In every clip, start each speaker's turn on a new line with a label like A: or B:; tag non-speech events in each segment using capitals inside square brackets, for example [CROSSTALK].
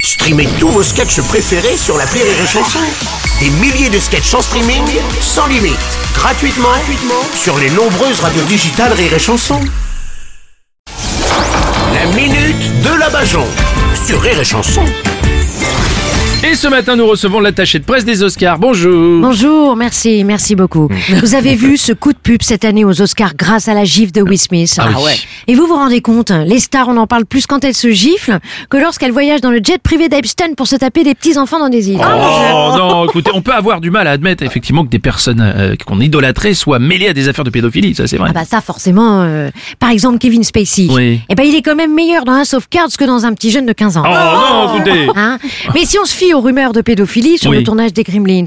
A: Streamez tous vos sketchs préférés sur la Rire et Chanson. Des milliers de sketchs en streaming, sans limite, gratuitement, gratuitement sur les nombreuses radios digitales Rire et Chanson. La minute de la Bajon sur Rire et Chanson.
B: Et ce matin, nous recevons l'attaché de presse des Oscars. Bonjour.
C: Bonjour, merci, merci beaucoup.
B: Mmh.
C: [LAUGHS] Vous avez vu ce coup de pub cette année aux Oscars grâce à la gifle de Will Smith.
B: Ah oui. ouais.
C: Et vous vous rendez compte, les stars, on en parle plus quand elles se giflent que lorsqu'elles voyagent dans le jet privé d'Epstein pour se taper des petits enfants dans des îles. Ah,
B: Oh non, écoutez, on peut avoir du mal à admettre effectivement que des personnes euh, qu'on idolâtrait soient mêlées à des affaires de pédophilie, ça c'est vrai.
C: Ah bah ça forcément. euh, par exemple Kevin Spacey.
B: Oui.
C: Eh ben il est quand même meilleur dans un sauvegarde que dans un petit jeune de 15 ans.
B: Oh non, écoutez.
C: Hein Mais si on se fie aux rumeurs de pédophilie sur
B: Oui.
C: le tournage des Gremlins,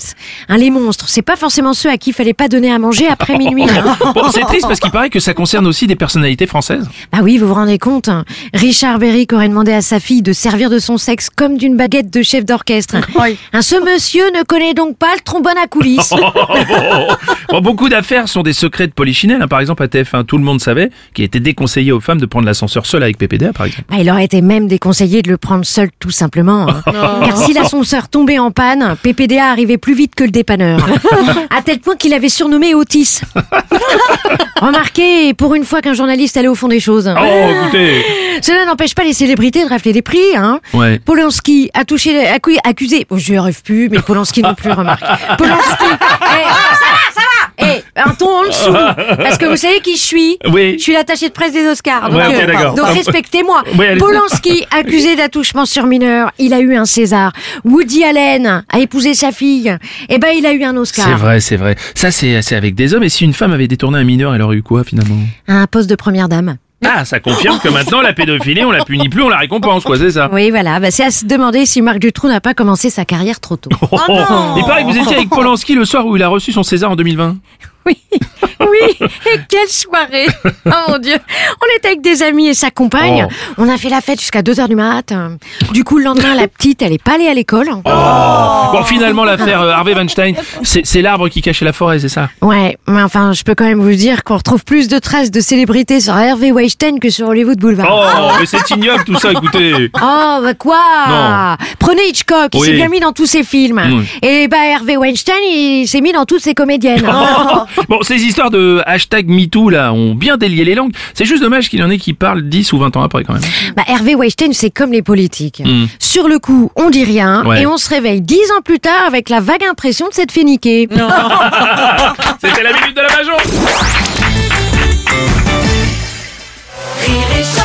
C: hein, les monstres, c'est pas forcément ceux à qui il fallait pas donner à manger après minuit.
B: [LAUGHS]
C: hein.
B: Bon, c'est triste parce qu'il paraît que ça concerne aussi des personnalités
C: [LAUGHS]
B: françaises.
C: Bah oui, vous vous rendez compte, hein. Richard Berry qui aurait demandé à sa fille de servir de son sexe comme d'une baguette de chef d'orchestre. Hein, ce monsieur ne connaît donc pas le trombone à coulisses. oh,
B: Bon, beaucoup d'affaires sont des secrets de polichinelle. hein. Par exemple, à TF1, tout le monde savait qu'il était déconseillé aux femmes de prendre l'ascenseur seul avec PPDA, par exemple.
C: Bah, il aurait été même déconseillé de le prendre seul tout simplement. hein. Car si l'ascenseur tombait en panne, PPDA arrivait plus vite que le dépanneur. à tel point qu'il avait surnommé Otis. Remarquez, pour une fois qu'un journaliste allait au fond des choses. hein.
B: Oh, écoutez.
C: Cela n'empêche pas les célébrités de rafler des prix, hein.
B: Ouais.
C: Polanski a touché, a cou- accusé. Bon, je n'y arrive plus, mais Polanski non plus, remarque. [LAUGHS] Polanski. Eh, ça va, ça va. Eh, un ton en dessous. Parce que vous savez qui je suis.
B: Oui.
C: Je suis l'attachée de presse des Oscars. Donc, euh,
B: Ouais, ok, d'accord.
C: donc
B: Ah,
C: respectez-moi.
B: oui, allez.
C: Polanski, accusé d'attouchement sur mineur, il a eu un César. Woody Allen a épousé sa fille. Eh ben, il a eu un Oscar.
B: C'est vrai, c'est vrai. Ça, c'est c'est avec des hommes. Et si une femme avait détourné un mineur, elle aurait eu quoi finalement
C: Un poste de première dame.
B: Ah, ça confirme que maintenant, la pédophilie, on la punit plus, on la récompense, quoi, c'est ça
C: Oui, voilà. Bah, c'est à se demander si Marc Dutroux n'a pas commencé sa carrière trop tôt.
B: Il paraît que vous étiez avec Polanski le soir où il a reçu son César en 2020.
C: Oui, oui, et quelle soirée Oh mon Dieu On était avec des amis et sa compagne,
B: Oh.
C: on a fait la fête jusqu'à 2h du matin. Du coup, le lendemain, la petite, elle est pas allée à l'école.
B: Oh. Bon, finalement, l'affaire euh, Harvey Weinstein, c'est c'est l'arbre qui cachait la forêt, c'est ça
C: Ouais, mais enfin, je peux quand même vous dire qu'on retrouve plus de traces de célébrités sur Hervé Weinstein que sur Hollywood Boulevard.
B: Oh, mais c'est ignoble tout ça, écoutez
C: Oh, bah quoi
B: Non.
C: Prenez Hitchcock, il
B: Oui.
C: s'est bien mis dans tous ses films.
B: Mm.
C: Et bah Hervé Weinstein, il s'est mis dans toutes
B: [LAUGHS]
C: ses comédiennes.
B: Oh. Bon, ces histoires de hashtag MeToo, là, ont bien délié les langues. C'est juste dommage qu'il y en ait qui parlent 10 ou 20 ans après, quand même.
C: Bah, Hervé Weinstein, c'est comme les politiques. Sur le coup, on dit rien
B: Ouais.
C: et on se réveille dix ans plus tard avec la vague impression de s'être fait niquer.
B: C'était la minute de la major
D: Rire et chanson.